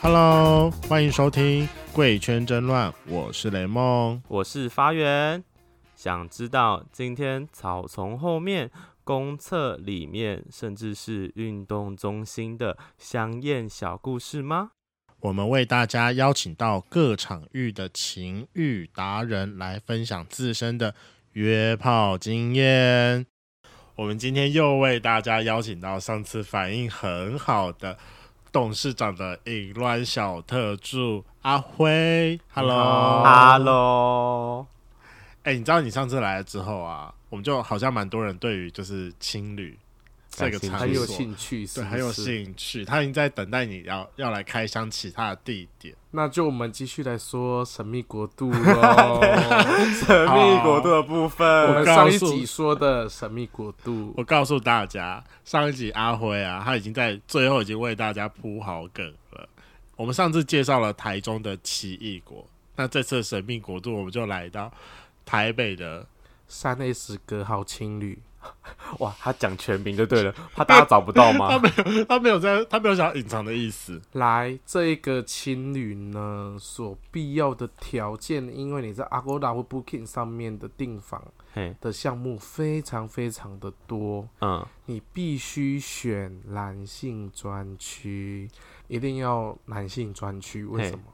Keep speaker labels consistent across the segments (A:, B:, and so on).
A: Hello，欢迎收听《贵圈争乱》，我是雷梦。
B: 我是发源。想知道今天草丛后面、公厕里面，甚至是运动中心的香艳小故事吗？
A: 我们为大家邀请到各场域的情欲达人来分享自身的约炮经验。我们今天又为大家邀请到上次反应很好的董事长的淫乱小特助阿辉。Hello，
B: Hello，
A: 哎、你知道你上次来了之后啊，我们就好像蛮多人对于就是青旅这个
B: 感兴趣
A: 场
C: 很有
A: 所
C: 兴趣，是
A: 对
C: 不是
A: 很有。兴趣，他已经在等待你要要来开箱其他的地点。
C: 那就我们继续来说神秘国 度喽。
B: 神秘国度的部
C: 我
B: 分，
C: 们上一集说的神秘国度
A: 我，告诉大家，上一集阿辉啊，他已经在最后已经为大家铺好梗了。我们上次介绍了台中的奇异国，那这次的神秘国度，我们就来到台北 的
C: 三 S 隔号青旅，
B: 哇，他讲全名就对了，怕大家找不到吗？
A: 他没有在，他没有想要隐藏的意思。
C: 来这一个青旅呢，所必要的条件，因为你在 Agoda 或 Booking 上面的订房
B: 嘿，
C: 的项目非常非常的多，
B: 嗯，
C: 你必须选男性专区，一定要男性专区。为
B: 嘿
C: 什么？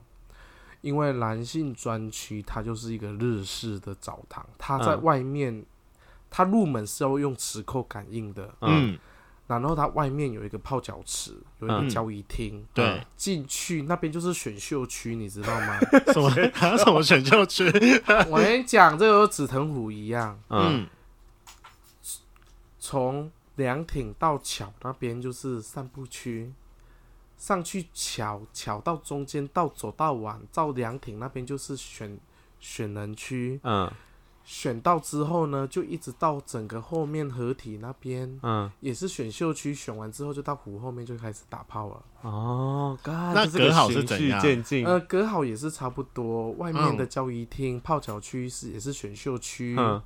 C: 因为男性专区它就是一个日式的澡堂，它在
B: 嗯
C: 外面，它入门是要用磁扣感应的，
B: 嗯
A: 嗯，
C: 然后它外面有一个泡脚池，有一
A: 嗯
C: 个交易厅，嗯
A: 对，
C: 进去那边就是选秀区，你知道吗？
A: 什么还有什么选秀区？
C: 我跟你讲，这个和紫藤湖一样，
B: 嗯，
A: 嗯，
C: 从凉亭到桥那边就是散步区，上去桥桥到中间到走到晚到凉亭那边就是选选人区，
B: 嗯，
C: 选到之后呢，就一直到整个后面合体那边
B: 嗯，
C: 也是选秀区，选完之后就到湖后面就开始打炮了。
B: 哦，
A: 那
B: 那
A: 格好是怎样
B: 渐进，
C: 呃，隔好也是差不多，外面的
A: 嗯
C: 交易厅、泡脚区是也是选秀区。
B: 嗯，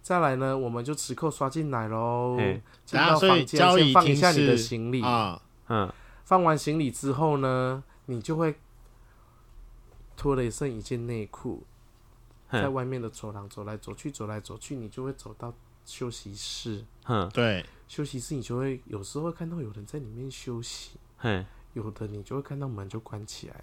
C: 再来呢，我们就磁扣刷进来喽
B: 嘿，
C: 进
A: 等下
C: 到
A: 所以
C: 房
A: 交
C: 间
A: 易
C: 先放
A: 厅
C: 一下你
A: 是
C: 的行李
A: 啊，
B: 嗯，
C: 放完行李之后呢，你就会脱了剩一件内裤，
A: 嗯
B: 哼
C: 在外面的走廊走来走去，走来走去，你就会走到休息室。
B: 嗯，
A: 对，
C: 休息室你就会有时候会看到有人在里面休息，
B: 嘿，
C: 有的你就会看到门就关起来。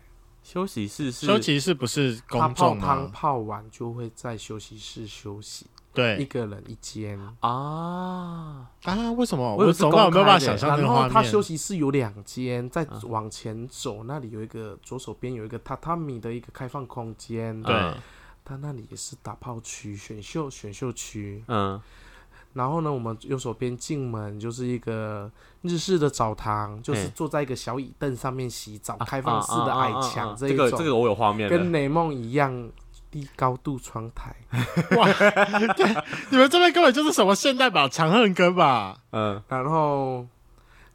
B: 休息室是
A: 休息室不是
C: 他
A: 公
C: 泡
A: 众啊
C: 汤
A: 吗？
C: 泡完就会在休息室休息，一
A: 对
C: 个人一间。
B: 啊，
A: 啊，为什么
B: 我以
A: 我
B: 为是
A: 走到我没有办法
B: 公开的
A: 想象那
C: 然
A: 个
C: 后
A: 画
C: 他
A: 面？嗯
C: 休息室有两间，再
B: 啊
C: 往前走，那里有一个左手边有一个榻榻米的一个开放空间，
A: 对
B: 嗯
C: 他那里也是打炮区、选秀选秀区。
B: 嗯
C: 然后呢，我们右手边进门就是一个日式的澡堂，就是
B: 嘿
C: 坐在一个小椅凳上面洗澡，
B: 啊
C: 开放式
B: 啊
C: 的
B: 啊
C: 矮
B: 啊啊
C: 墙
B: 啊
C: 一
B: 这
C: 种，
B: 个这个我有画面
C: 跟
B: 的，
C: 雷梦一样低高度窗台。
A: 你们这边根本就是什么现代版长恨歌吧？
B: 嗯
C: 然后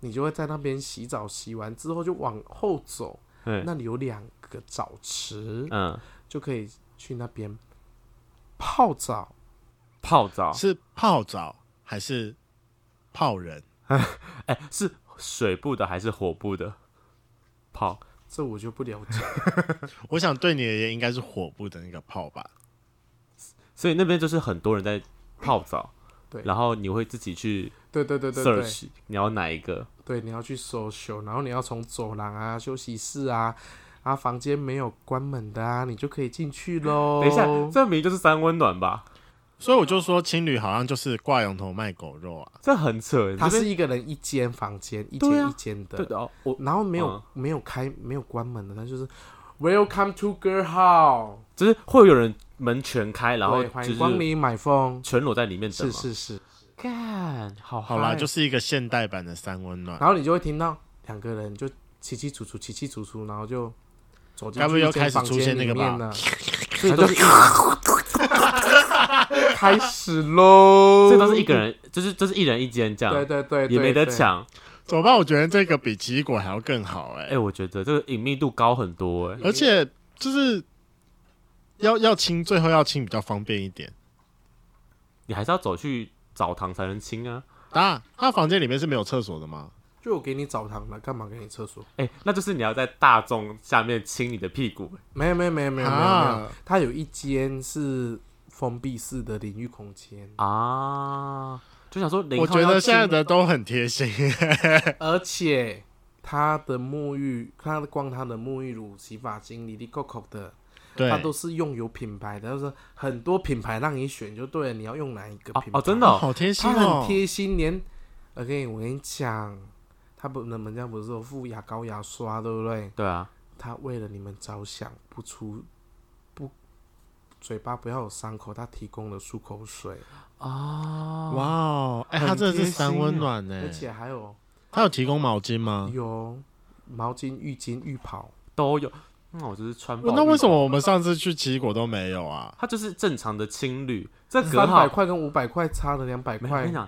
C: 你就会在那边洗澡，洗完之后就往后走，
B: 对，
C: 那里有两个澡池，
B: 嗯，
C: 就可以去那边泡澡。
B: 泡澡
A: 是泡澡还是泡人？
B: 哎、是水部的还是火部的泡？
C: 这我就不了解。
A: 我想对你而言应该是火部的那个泡吧？
B: 所以那边就是很多人在泡澡，
C: 对
B: 然后你会自己去
C: 对对对对对。
B: search 你要哪一个，
C: 对，你要去 social，然后你要从走廊啊、休息室啊、啊房间没有关门的啊，你就可以进去喽。
B: 哎等一下，这明明就是三温暖吧？
A: 所以我就说青旅好像就是挂羊头卖狗肉啊。
B: 这很扯，
C: 它
B: 你这
C: 是
B: 边
C: 一个人一间房间，一
B: 对
C: 间
B: 啊
C: 一间的，
B: 对的哦，我
C: 然后没有、没有开没有关门的，它就是 Welcome to Girl Hall，
B: 就是会有人门全开，然后
C: 对，欢
B: 就
C: 迎光
B: 是
C: 临买风，
B: 全裸在里面等嘛。
C: 是是是，
B: 干，好
A: 好啦，
B: 嗨
A: 就是一个现代版的三温暖。
C: 然后你就会听到两个人就起起楚楚起起楚楚，然后就走进
A: 该不会
C: 去
A: 又
C: 一
A: 开
C: 间
A: 始
C: 房
A: 出
C: 间
A: 现那
C: 里
A: 个吧
C: 面 了，
B: 所以都是一人，
C: 开始喽，
B: 所以都是一个人，就是就是一人一间这样，
C: 对对对，
B: 也没得
C: 对。对
B: 抢。
A: 怎么办？我觉得这个比奇异果还要更好哎、
B: 哎、我觉得这个隐秘度高很多哎、
A: 而且就是要要亲，最后要亲比较方便一点。
B: 你还是要走去澡堂才能亲啊。
A: 啊，他房间里面是没有厕所的吗？
C: 就我给你澡堂了，干嘛给你厕所？
B: 哎、那就是你要在大众下面亲你的屁股，哎
C: 没有没有没有没有没有没有，
A: 啊，
C: 它有一间是封闭式的淋浴空间，
B: 啊，就想说零
C: 哎
A: 我
B: 号
A: 觉
B: 要
A: 得现在
B: 进
A: 的都很贴 心，
C: 而且它的沐浴，它光它的沐浴乳、洗发精、里里扣扣的，
A: 对
C: 它，都是用有品牌的，就是很多品牌让你选就对了，你要用哪一个
B: 哦
C: 品牌？
B: 哦，真的、哦，
A: 好贴心
C: 它很
A: 哦，
C: 贴心，连 OK，我跟你讲，它不能人家不是有附牙膏、牙刷，对不对？
B: 对啊，
C: 它为了你们着想，不出不嘴巴不要有伤口，它提供了漱口水，
B: 啊，
A: 哇哦，哎，
B: 很
A: 它真的
B: 贴
A: 是
B: 心
A: 三温暖呢
C: 而，且还有
A: 它有提供毛巾吗？
C: 有毛巾、浴巾、浴袍。
B: 都有，那、我就是穿爆
A: 那为什
B: 浴袍？
A: 么我们上次去奇异果都没有啊？
B: 它就是正常的青旅，这隔
C: 三百
B: 好，
C: 块跟五百块差了两百
B: 没有我
C: 块
B: 跟你，讲，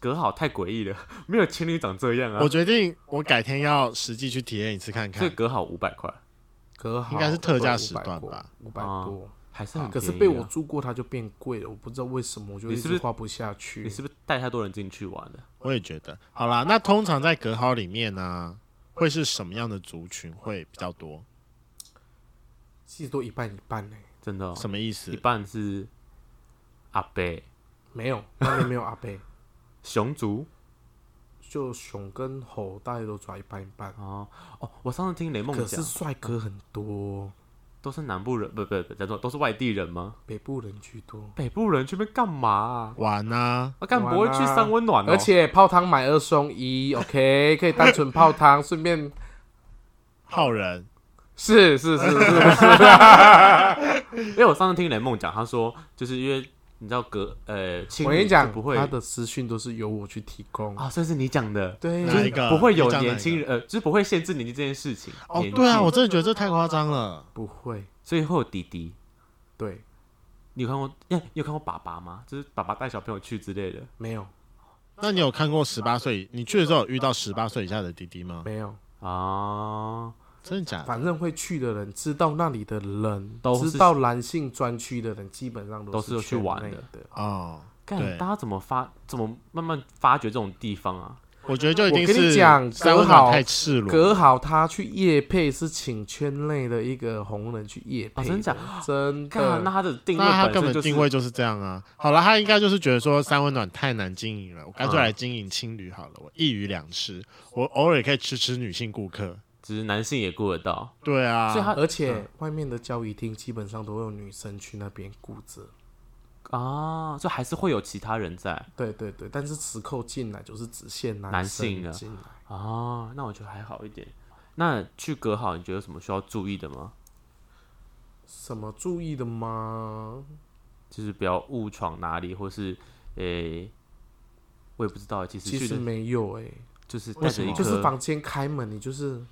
B: 隔好太诡异了， 没有青旅长这样啊
A: 我，决定我改天要实际去体验一次看
B: 这
A: 看，
B: 隔好五百块，
C: 隔好
A: 应该是特价时段吧，
C: 五百
B: 啊
C: 多。
B: 还是很
C: 可
B: 便宜啊、
C: 是被我住过，它就变贵了，我不知道为什么，我就
B: 你
C: 一
B: 是不
C: 直
B: 是
C: 花不下去。
B: 你是不是带太多人进去玩了？
A: 我也觉得。好啦，那通常在隔号里面呢，会是什么样的族群会比较多？
C: 其实都一半一半呢、
B: 真的、哦，
A: 什么意
B: 一
A: 思？
B: 半是阿贝
C: 没有，那边没有阿贝，
B: 熊族
C: 就熊跟猴大家都抓一半一半。
B: 哦哦，我上次听雷梦
C: 可
B: 讲
C: 是，帅哥很多，
B: 都是南部人，不不不，叫做都是外地人吗？
C: 北部人居多，
B: 北部人去那边干嘛啊？
A: 玩啊，
B: 我干不会去三温暖、哦，
C: 而且泡汤买二送一，OK，可以单纯 泡汤，顺便
A: 好人，
C: 是是是 是，
B: 因为我上次听雷梦讲，他说就是因为你知道隔呃，青
C: 我跟
B: 旅
C: 你
B: 就
C: 讲，
B: 不会
C: 他的私讯都是由我去提供，
B: 啊，这是你讲的，
C: 对，
A: 哪
B: 就是
A: 一个
B: 不会有
A: 你讲哪一个
B: 年轻人呃，就是不会限制年纪这件事情。
A: 哦
B: 年，纪
A: 对啊，我真的觉得这太夸张了。
C: 不会，
B: 所以会有弟弟。
C: 对，
B: 你有看过？哎，你有看过爸爸吗？就是爸爸带小朋友去之类的。
C: 没有
A: 那你有看过十八岁？你去的时候有遇到十八岁以下的弟弟吗？
C: 没有，
B: 啊，
A: 真的假的？
C: 反正会去的人，知道那里的人，
B: 都是
C: 知道男性专区的人，基本上
B: 都是
C: 是
B: 有去玩
C: 圈内
B: 的
C: 的。
A: 哦，对
B: 看大家怎么发，怎么慢慢发掘这种地方啊？
A: 我觉得就一定
C: 我跟
A: 是
C: 你讲
A: 三温
C: 隔
A: 暖
C: 好
A: 太赤裸。
C: 隔好他去夜配是请圈内的一个红人去夜配、
B: 哦真假？
C: 真
B: 看那
C: 的，
B: 他的定位
A: 那他
B: 本
A: 根
B: 身
A: 本
B: 就是
A: 定位就是这样啊。好了，他应该就是觉得说三温暖太难经营了，我干脆
B: 嗯
A: 来经营青旅好了，我一鱼两吃，我偶尔也可以吃吃女性顾客。
B: 只是男性也顾得到，
A: 对啊，
B: 所以他嗯
C: 而且外面的交易厅基本上都会有女生去那边顾着。
B: 啊，
A: 哦
B: 就还是会有其他人在
C: 对对对，但是磁扣进来就是只限
B: 男性
C: 性
B: 的
C: 进来。
A: 哦
B: 啊。那我觉得还好一点。那去隔好，你觉得有什么需要注意的吗？
C: 什么注意的吗？
B: 就是不要误闯哪里，或是诶、我也不知道欸。其实
C: 其
B: 去
C: 实
B: 的
C: 没有哎、
B: 就是
A: 为
B: 带
A: 什
B: 着
A: 么
B: 一
C: 就是
B: 颗
C: 房间开门，你就是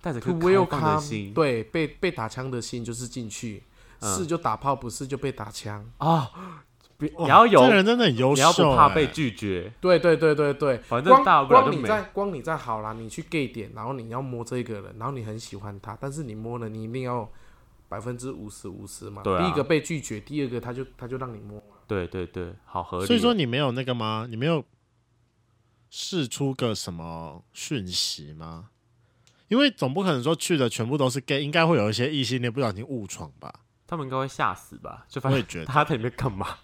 B: 带着一
C: to
B: 颗开放的
C: welcome，
B: 心
C: 对，被被打枪的心就是进去，
B: 嗯
C: 是就打炮，不是就被打枪。
B: 啊，别
A: 哇
B: 也要有
A: 这，人真的很优
B: 你
A: 秀、
B: 要不怕
A: 哎
B: 被拒绝，
C: 对对对对对，
B: 反正
C: 光
B: 大不了就
C: 光你
B: 没
C: 在光你在好啦，你去 gay 点，然后你要摸这个人，然后你很喜欢他，但是你摸了，你一定要百分之五十五十嘛。
B: 对啊
C: 第一个被拒绝，第二个他就他就让你摸。
B: 对对对，好合理哦。
A: 所以说你没有那个吗？你没有试出个什么讯息吗？因为总不可能说去的全部都是 gay，应该会有一些异性恋不小心误闯吧？
B: 他们应该会吓死吧？就发
A: 我也
B: 现
A: 觉得
B: 他在里面干嘛？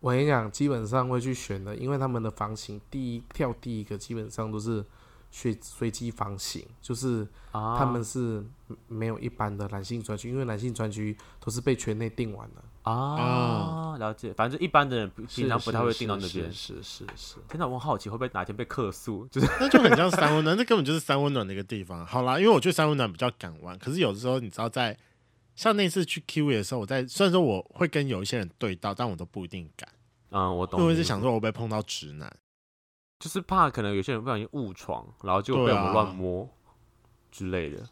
C: 我跟你讲，基本上会去选的，因为他们的房型第一跳第一个基本上都是随随机房型，就是
B: 啊，
C: 他们是没有一般的男性专区，因为男性专区都是被圈内定完的，
A: 嗯
B: 啊，了解。反正就一般的人不平常不太会定到那边。
C: 是是是，
B: 真的，我很好奇会不会哪天被客诉，就是
A: 那就很像三温暖，那根本就是三温暖的一个地方。好啦，因为我去三温暖比较敢玩，可是有的时候你知道在，像那次去 Q 的时候，我在虽然说我会跟有一些人对到，但我都不一定敢，
B: 嗯，我懂
A: 因
B: 你意思。
A: 为是想说我会不会碰到直男。
B: 就是怕可能有些人不小心误闯，然后就被
A: 对
B: 我
A: 啊
B: 们乱摸之类的。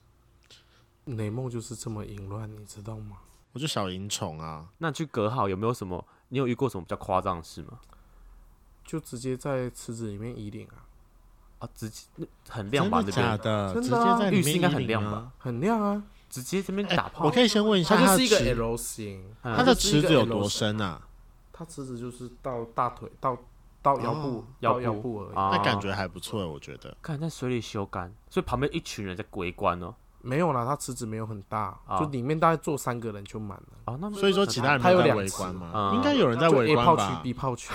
C: 雷梦就是这么淫乱，你知道吗？
A: 我就小淫虫啊，
B: 那去隔好有没有什么？你有遇过什么比较夸张的事吗？
C: 就直接在池子里面移领啊，
B: 啊，直接那很亮
A: 真
B: 吧
A: 的
B: 那
A: 假
B: 边，
A: 的？
C: 真
A: 直
C: 的
A: 接
C: 啊
A: 在
B: 浴
A: 里
B: 室
A: 面
B: 应该很
A: 移民
B: 亮
A: 啊
B: 吧？
C: 很亮啊，
B: 直接这边
A: 哎
B: 打炮。
A: 我可以先问一下
C: 它
A: 它的
C: 就是一个
A: 池
C: L 型，
B: 嗯
A: 它
C: 它
A: 的
C: 就是一
A: 池
C: 个
A: 子有
C: L
A: 多
C: 型？
A: 深啊？
C: 它池子就是到大腿到到腰部
A: 哦，
C: 到
B: 腰
C: 腰
B: 部
C: 部而已。
B: 啊，
A: 那感觉还不错，我觉得。
B: 看在水里修干，所以旁边一群人在围观哦。
C: 没有啦，它池子没有很大，
B: 啊
C: 就里面大概坐三个人就满了。
B: 哦，那么
A: 所以说其他人
C: 他
A: 没
C: 有
A: 在
C: 两
A: 围
C: 次
A: 观吗？
B: 嗯
A: 应该有人在
C: 就
A: 围
C: A
A: 观
C: 炮区、
A: 吧？
C: B 炮区，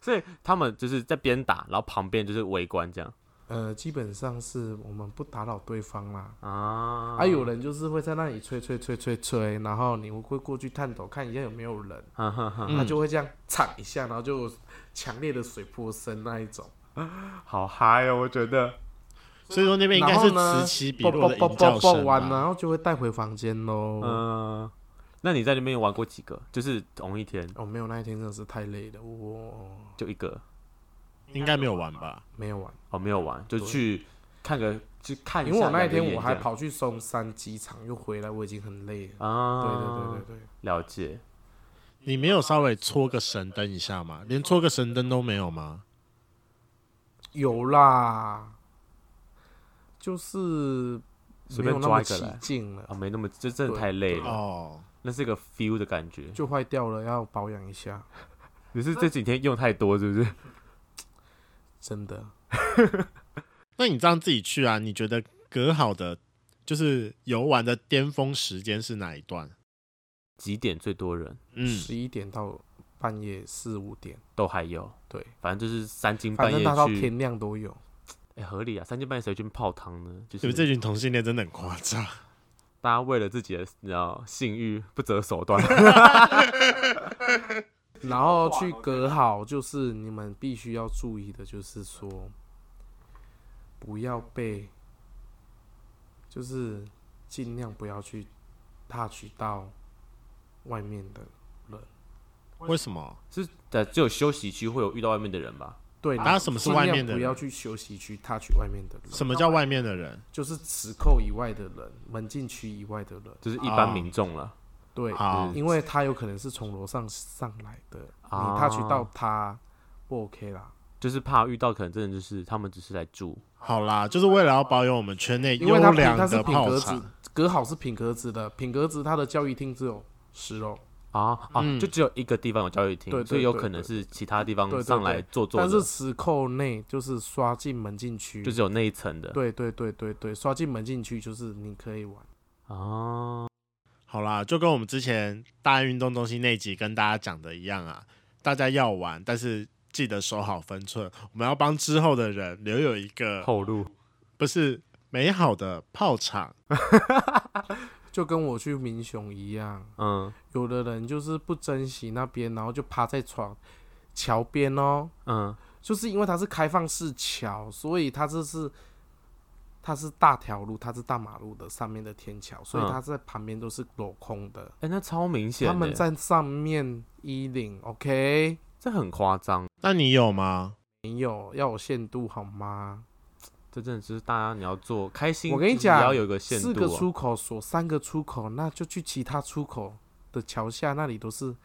B: 所以他们就是在边打，然后旁边就是围观这样
C: 呃，基本上是我们不打扰对方啦。
B: 啊。
A: 哎
C: 啊，有人就是会在那里吹吹吹吹吹，然后你会过去探头看一下有没有人，
B: 哈哈哈，
A: 嗯
C: 他就会这样踩一下，然后就有强烈的水波声那一种。
B: 好嗨哦，我觉得。
A: 所以说那边应该
C: 然后
A: 是
C: 呢
A: 此起彼
C: 爆
A: 落
C: 爆
A: 的
C: 爆
A: 营
C: 爆
A: 叫
C: 爆
A: 声
C: 完，然
A: 吧。
C: 后就会带回房间喽。
B: 嗯，那你在那边玩过几个？就是同一天
C: 哦，没有，那一天真的是太累了，我
B: 就一个，
A: 应该没有玩吧？
C: 没有玩，
B: 哦，没有玩，就去看个去看一
C: 因
B: 下
C: 为我
B: 两个
C: 那一
B: 演这样。
C: 天我还跑去松山机场又回来，我已经很累了。
B: 啊，
C: 对对对对对，
B: 了解。
A: 你没有稍微搓个神灯一下吗？连搓个神灯都没有吗？
C: 有啦，就是
B: 随
C: 没有
B: 便
C: 那么
B: 抓一个
C: 起
B: 来
C: 劲了，
B: 啊，没那么，这真的
C: 对
B: 太累了，
A: 哦，
B: 那是一个 feel 的感觉。
C: 就坏掉了，要保养一下，
B: 你是这几天用太多是不是？
C: 真的。
A: 那你这样自己去啊？你觉得隔好的就是游玩的巅峰时间是哪一段？
B: 几点最多人
A: 嗯，
C: 十一点到半夜四五点，
B: 都还有，
C: 对，
B: 反正就是三更
C: 反
B: 半
C: 正
B: 夜
C: 大到
B: 去，
C: 天亮都有。
B: 哎、合理啊，三更半夜谁去泡汤呢？就
A: 你们这
B: 是
A: 群同性恋真的很夸张。
B: 大家为了自己的你知道性欲不择手 段，
C: 然后去隔好，就是你们必须要注意的，就是说，不要被，就是尽量不要去 touch 到外面的。
A: 为什么？
B: 是的，只有休息区会有遇到外面的人吧？
C: 对，
A: 啊什么是外面的
C: 尽量不
A: 人
C: 要去休息区 touch 外面的人，
A: 什么叫外面的人？
C: 就是池扣以外的人，门禁区以外的人。
B: 就是一般
A: 啊
B: 民众了。
C: 对，
A: 好，
C: 因为他有可能是从楼上上来的，
B: 啊
C: 你 touch 到他不 OK 啦。
B: 就是怕遇到，可能真的就是他们只是来住，
A: 好啦，就是为了要保有我们圈内
C: 因为它
A: 优
C: 品
A: 良
C: 它是
A: 的
C: 品
A: 泡
C: 格
A: 茶
C: 子，，格好是品格子的，品格子它的教育厅只有十楼，
B: 啊啊，
A: 嗯
B: 就只有一个地方有教育厅，
C: 对对
B: 所以有
C: 对
B: 可能
C: 对
B: 是其他地方
C: 对对
B: 上来坐坐
C: 但
B: 的，
C: 是池扣内就是刷进门禁区，
B: 就只有那一层的。
C: 对对对对对，刷进门禁区就是你可以玩。
B: 哦，
A: 好啦，就跟我们之前大运动中心那集跟大家讲的一样啊，大家要玩，但是记得守好分寸。我们要帮之后的人留有一个
B: 后路
A: 不是美好的泡场。
C: 就跟我去民雄一样，
B: 嗯
C: 有的人就是不珍惜那边，然后就趴在床桥边哦，
B: 嗯，
C: 就是因为它是开放式桥，所以它这是它是大条路，它是大马路的上面的天桥，所以
B: 嗯
C: 它在旁边都是镂空的。
B: 哎、那超明显的，
C: 他们在上面衣领，OK，
B: 这很夸张，
A: 那你有吗？
C: 没有要有限度好吗？
B: 这真的就是大家你要做开心，
C: 我跟你
B: 就是也要
C: 讲
B: 有一个限度、
C: 四
B: 啊，
C: 个出口锁三个出口，那就去其他出口的桥下，那里都是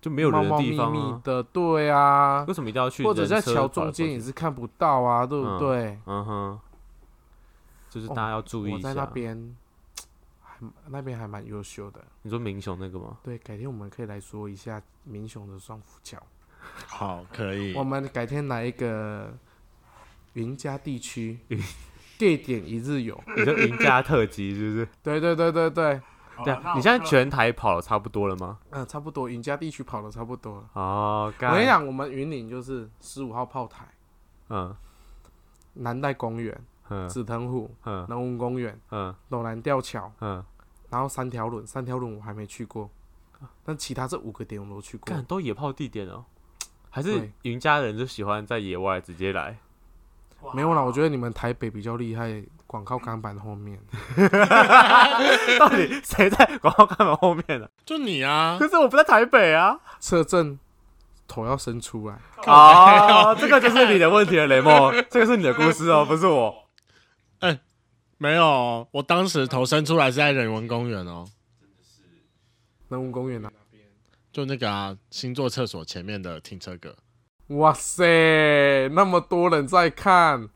B: 就没有
C: 猫
B: 人的
C: 猫
B: 地
C: 咪
B: 方、啊
C: 咪的，对啊，
B: 为什么一定要去？
C: 或者在桥中间也
B: 是，
C: 是看不到啊，对
B: 嗯
C: 不对？
B: 嗯哼，就是大
C: 哦
B: 家要注意
C: 我
B: 一下。
C: 在那边，还那边还蛮优秀的。
B: 你说明雄那个吗？
C: 对，改天我们可以来说一下民雄的双福桥。
A: 好，可
B: 嗯
A: 以
C: 我。们改天来一个云嘉地区地点一日游。
B: 你说赢家特辑是不是？
C: 对对对对对，
B: 对啊，你现在全台跑了差不多了吗？
C: 嗯，差不多，云嘉地区跑的差不多了。
B: 哦，
C: 我
B: 干
C: 跟你，讲，我们云岭就是十五号炮台、
B: 嗯
C: 南代公园、
B: 嗯
C: 紫藤湖、
B: 嗯
C: 人文公园、
B: 嗯
C: 楼兰吊桥，
B: 嗯，
C: 然后三条轮，三条轮我还没去过，但其他这五个点我都去过
B: 干。都野炮地点哦，还是
C: 对
B: 云家人就喜欢在野外直接来？
C: 没有啦，我觉得你们台北比较厉害，广告钢板后面。
B: 到底谁在广告看门后面 呢？
A: 就你啊，
B: 可是我不在台北啊。
C: 车震头要伸出来，
B: 哦，这个就是你的问题了，雷 梦，这个是你的故事哦，不是我。
A: 没有哦，我当时投身出来是在人文公园哦，
C: 人文公园啊！
A: 就那个啊星座厕所前面的停车格。
C: 哇塞，那么多人在看，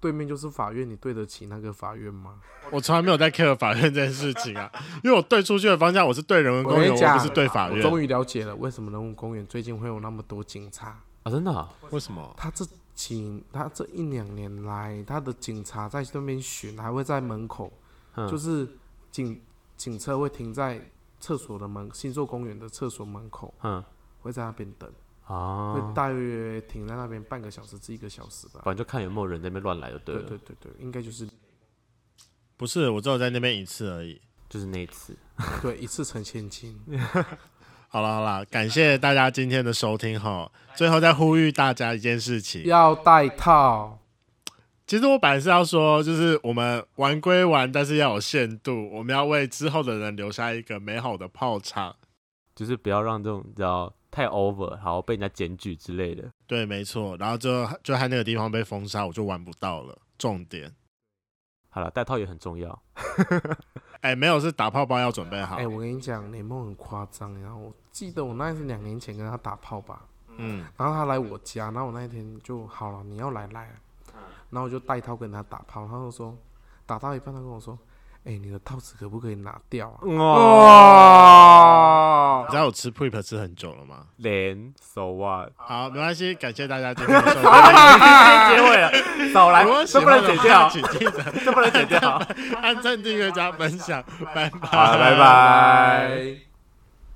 C: 对面就是法院，你对得起那个法院吗？
A: 我从来没有在 care 法院这件事情啊， 因为我对出去的方向我是对人文公园，
C: 我跟你
A: 我
C: 讲
A: 不是对法
C: 我
A: 院。
C: 终于了解了为什么人文公园最近会有那么多警察。
B: 啊，真的啊、
A: 为什么？
C: 他这几他这一两年来，他的警察在那边巡，还会在门口，
B: 嗯
C: 就是警警车会停在厕所的门，星座公园的厕所门口，
B: 嗯
C: 会在那边等，
B: 啊
C: 会，大约停在那边半个小时至一个小时吧。
B: 反正就看有没有人在那边乱来就对
C: 对
B: 了，
C: 对对对，应该就是
A: 不是，我只有在那边一次而已。
B: 就是那一次。
C: 对一次成 千金。
A: 好了好了，感谢大家今天的收听哈。最后再呼吁大家一件事情，
C: 要带套，
A: 其实我本来是要说，就是我们玩归玩，但是要有限度，我们要为之后的人留下一个美好的泡场。
B: 就是不要让这种你知道太 over，然后被人家检举之类的。
A: 对，没错。然后就就害那个地方被封杀，我就玩不到了。重点，
B: 好了，戴套也很重要。
A: 哎，没有是打泡包要准备好
C: 哎、。我跟你讲，雷梦很夸张，然后我记得我那是两年前跟他打炮吧，
A: 嗯，
C: 然后他来我家，然后我那一天就好了，你要来来啊，然后我就带套跟他打炮，然后他就说打到一半，他跟我说，哎、你的套子可不可以拿掉啊？
A: 你知道我吃 prep 吃很久了吗？
B: 连 so what？
A: 好，没关系，感谢大家今天的收听。
B: 结尾了，少来，
A: 如果喜
B: 这不
A: 欢
B: 能
A: 的
B: 剪
A: 话，
B: 掉，
A: 请记得
B: 这不能剪掉。
A: 按赞、订阅、加分享，拜拜，
B: 好，拜拜。